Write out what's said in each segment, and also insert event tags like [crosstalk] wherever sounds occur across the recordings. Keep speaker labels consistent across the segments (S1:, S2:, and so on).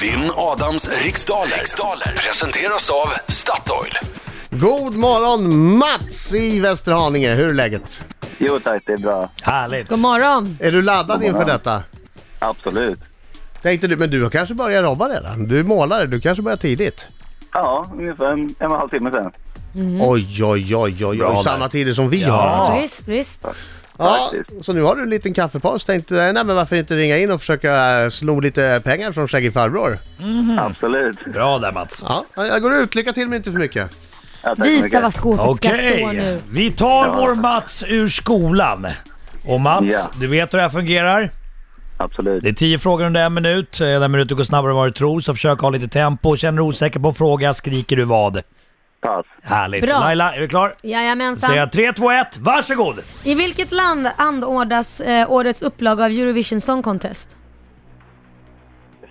S1: Vinn Adams riksdaler. riksdaler presenteras av Statoil.
S2: God morgon Mats i Västerhaninge, hur är läget?
S3: Jo tack, det är bra.
S4: Härligt.
S5: God morgon.
S2: Är du laddad
S3: God
S2: inför
S3: morgon.
S2: detta?
S3: Absolut.
S2: Tänkte du, men du har kanske börjat jobba redan? Du är målare, du kanske börjar tidigt?
S3: Ja, ungefär en, en och en halv timme sen. Mm.
S2: Oj, oj, oj, oj,
S4: Bra
S2: oj,
S4: där.
S2: samma tider som vi
S4: Ja.
S2: har alltså.
S4: Ja.
S5: Visst, visst.
S2: Ja,
S3: Faktiskt.
S2: så nu har du en liten kaffepaus. Tänkte nej, men varför inte ringa in och försöka eh, sno lite pengar från skäggig farbror?
S5: Mm.
S3: Absolut.
S4: Bra där Mats.
S2: Ja, jag går ut. Lycka till men inte för mycket.
S3: Ja, tack så
S5: Visa
S3: mycket.
S5: vad skåpet ska
S4: Okej,
S5: stå nu.
S4: vi tar
S3: Ja.
S4: vår Mats ur skolan. Och Mats,
S3: Ja.
S4: du vet hur det här fungerar.
S3: Absolut.
S4: Det är tio frågor under en minut. Eh, Den minuten går snabbare än vad du tror, så försök ha lite tempo. Känner du osäker på en fråga skriker du vad.
S3: Pass.
S4: Härligt.
S5: Bra.
S4: Laila, är du klar? Då
S5: Jajamensan.
S4: säger jag 3, 2, 1, varsågod!
S5: I vilket land anordnas eh, årets upplaga av Eurovision Song Contest?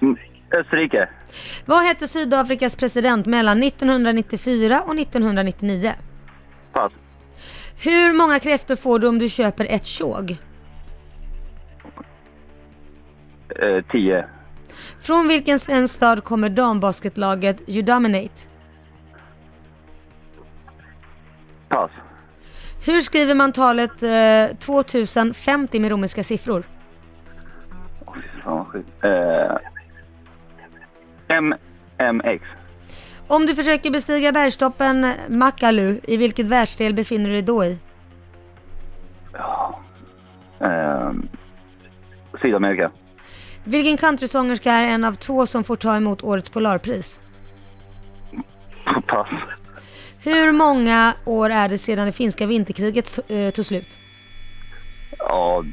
S3: Mm, Österrike.
S5: Vad hette Sydafrikas president mellan 1994 och 1999?
S3: Pass.
S5: Hur många kräftor får du om du köper ett tjog?
S3: Eh, tio.
S5: Från vilken svensk stad kommer dambasketlaget You Dominate?
S3: Pass.
S5: Hur skriver man talet eh, 2050 med romerska siffror?
S3: Åh, fy fan vad sjukt. Eh, MMX.
S5: Om du försöker bestiga bergstoppen eh, Makalu, i vilket världsdel befinner du dig då i?
S3: Eh, Sydamerika. [laughs]
S5: Vilken countrysångerska är en av två som får ta emot årets Polarpris?
S3: Pass.
S5: Hur många år är det sedan det finska vinterkriget to- eh, tog slut?
S3: Ja.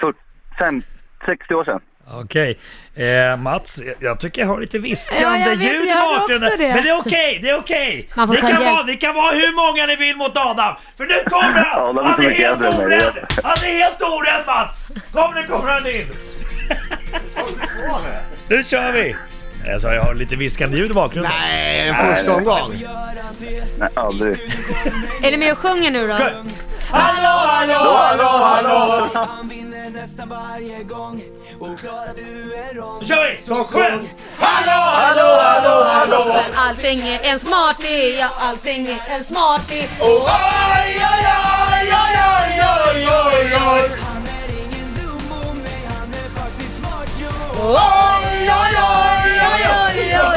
S3: 40, 50, 60 år sedan.
S4: Okej. Eh, Mats, jag- jag tycker jag har lite
S5: Ja,
S4: viskande
S5: jag vet,
S4: ljud i
S5: jag hörde
S4: bakgrunden.
S5: också det.
S4: Men det är okej, det är okej.
S5: Man får
S4: Ni
S5: ta
S4: kan,
S5: hjälp.
S4: vara, ni kan vara hur många ni vill mot Adam. För nu kommer han!
S3: Adam är så
S4: Han är
S3: mycket äldre
S4: helt
S3: än mig, jag
S4: orädd!
S3: vet.
S4: Han är helt orädd Mats! Kom nu kommer han in! Nu kör vi! Jag sa jag har lite viskande ljud i bakgrunden.
S2: Nej, en första omgång.
S3: Nej, aldrig.
S5: Är ni med och sjunger nu då?
S4: Hallå, hallå, hallå, hallå!
S6: Han vinner nästan varje gång och klarar dueron
S4: Nu kör vi! Så skönt!
S5: För allting är en smartie, ja allting är en smartie.
S6: Han är ingen dumbo, nej han är faktiskt smart jo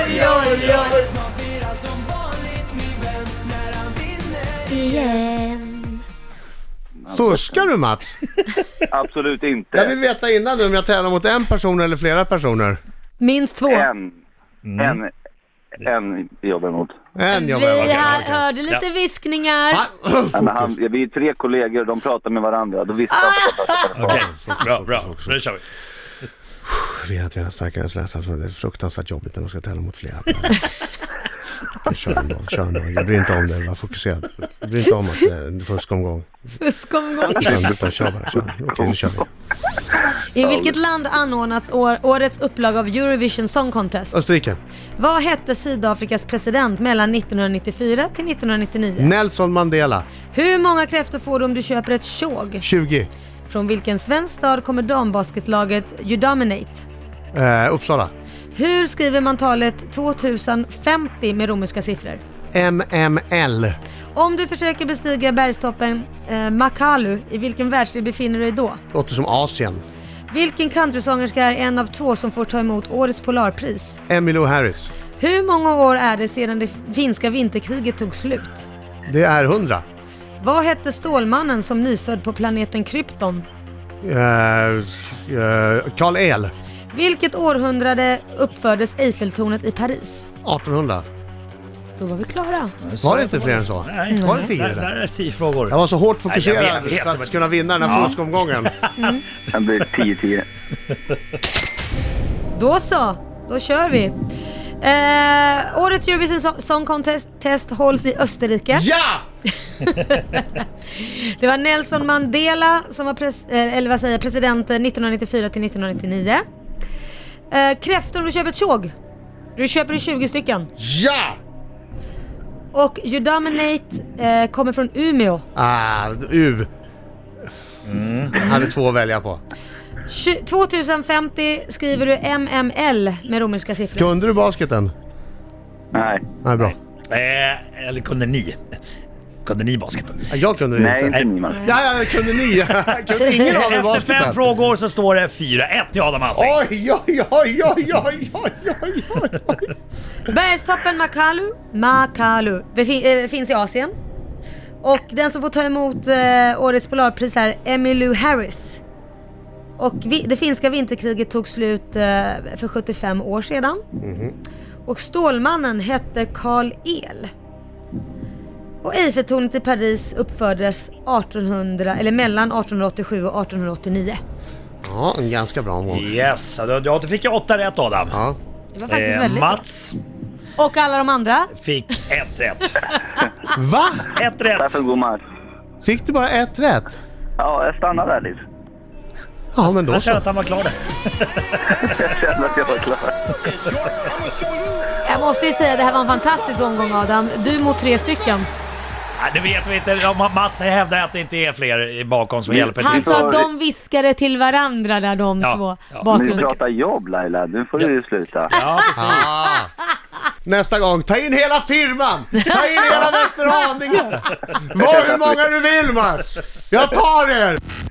S6: Snart blir allt som vanligt min vän när han vinner
S2: Fuskar du Mats?
S3: Absolut inte.
S2: Jag vill veta innan nu om jag tävlar mot en person eller flera personer.
S5: Minst två.
S3: En.
S2: Mm.
S3: En. En jobbar emot.
S2: En jobbar jag
S5: Vi
S2: med.
S5: här hörde lite viskningar.
S2: Va?
S3: Nej, men han, vi är tre kollegor och de pratar med varandra. Då visste
S5: Ah!
S3: han att de pratade med
S4: Okej,
S3: varandra.
S4: bra, bra. Nu kör vi.
S2: Vi hade redan starkare släsar så det är fruktansvärt jobbigt när de ska tävla mot flera. Jag Kör en gång, kör en gång. Jag bryr inte om det, var fokuserad. Jag bryr inte om att det är en fuskomgång.
S5: Fuskomgång.
S2: Kör, utan kör bara, kör. Okej, nu kör vi.
S5: I vilket land anordnats år, årets upplaga av Eurovision Song Contest?
S2: Österrike.
S5: Vad hette Sydafrikas president mellan 1994 till 1999?
S2: Nelson Mandela,
S5: Hur många kräftor får du om du köper ett tjog?
S2: 20.
S5: Från vilken svensk stad kommer dambasketlaget You Dominate?
S2: Eh, Uppsala.
S5: Hur skriver man talet 2050 med romerska siffror?
S2: MML.
S5: Om du försöker bestiga bergstoppen eh, Makalu, i vilken världsdel befinner du dig då?
S2: Låter som Asien.
S5: Vilken countrysångerska är en av två som får ta emot årets Polarpris?
S2: Emmylou Harris.
S5: Hur många år är det sedan det finska vinterkriget tog slut?
S2: Det är 100.
S5: Vad hette Stålmannen som nyfödd på planeten Krypton?
S2: Eh, eh, Carl El.
S5: Vilket århundrade uppfördes Eiffeltornet i Paris?
S2: 1800.
S5: Då var vi klara.
S2: Var det inte fler än så?
S4: Nej.
S2: Var det tio
S4: Där, där
S2: där?
S4: är tio frågor.
S2: Jag var så hårt fokuserad
S4: Nej, jag vet, jag vet,
S2: för
S4: men-
S2: att kunna vinna den här
S4: Ja.
S2: fuskomgången.
S3: Han blir 10-10.
S5: Då så, då kör vi. Eh, årets Eurovision So- Song Contest test hålls i Österrike.
S2: Ja!
S5: [laughs] Det var Nelson Mandela som var pres- eh, eller vad säger, jag, president eh, 1994 till 1999. Eh, kräftor om du köper ett tjog. Du köper i 20 stycken.
S2: Ja!
S5: Och You Dominate eh, kommer från Umeå.
S2: Ah, U. Han är två att välja på.
S5: Tju- 2050 skriver du MML med romerska siffror.
S2: Kunde du basketen?
S3: Nej.
S2: Nej, bra.
S4: Eh, eller kunde ni? Kunde ni basketen?
S2: Ja, Jag kunde det
S3: Nej,
S2: inte.
S3: inte Nyman.
S2: Ja, ja, kunde ni? [laughs] kunde
S4: [laughs]
S2: ingen av er
S4: Efter
S2: basketen?
S4: fem frågor så står det 4-1 till Adam Alsing.
S2: Oj, oj, oj, oj, oj, oj, oj, oj, oj.
S5: Bergstoppen Makalu, Makalu befi- eh, finns i Asien. Och den som får ta emot eh, årets Polarpris är Emmylou Harris. Och vi- det finska vinterkriget tog slut eh, för 75 år sedan. Och Stålmannen hette Karl El. Och Eiffeltornet i Paris uppfördes 1800, eller mellan 1887 och 1889.
S2: Ja, en ganska bra mål.
S4: Yes, ja, då, då fick jag åtta rätt Adam.
S2: Ja.
S5: Det var faktiskt
S4: Eh,
S5: väldigt bra.
S4: Mats
S5: Och alla de andra?
S4: fick ett rätt.
S2: Va?
S4: Ett rätt!
S3: Tack för en god match.
S2: Fick du bara ett rätt?
S3: Ja, jag stannar där lite.
S2: Ja, men då
S4: Jag känner
S2: så.
S4: att han var klar där.
S3: Jag kände att jag var klar.
S5: Jag måste ju säga det här var en fantastisk omgång Adam. Du mot tre stycken.
S4: Nej, det vet vi inte. Ja, Ma- Mats hävdar att det inte är fler i bakom som hjälper
S5: Han
S4: till.
S5: sa att de viskade till varandra där de
S4: Ja,
S5: två
S4: ja.
S3: Men vi
S5: bakgrund.
S3: pratar jobb Laila, nu får du ju sluta.
S4: Ja, precis.
S2: Ah. Nästa gång, ta in hela firman! Ta
S4: [laughs]
S2: in hela Västerhaninge! Var hur många du vill Mats! Jag tar er!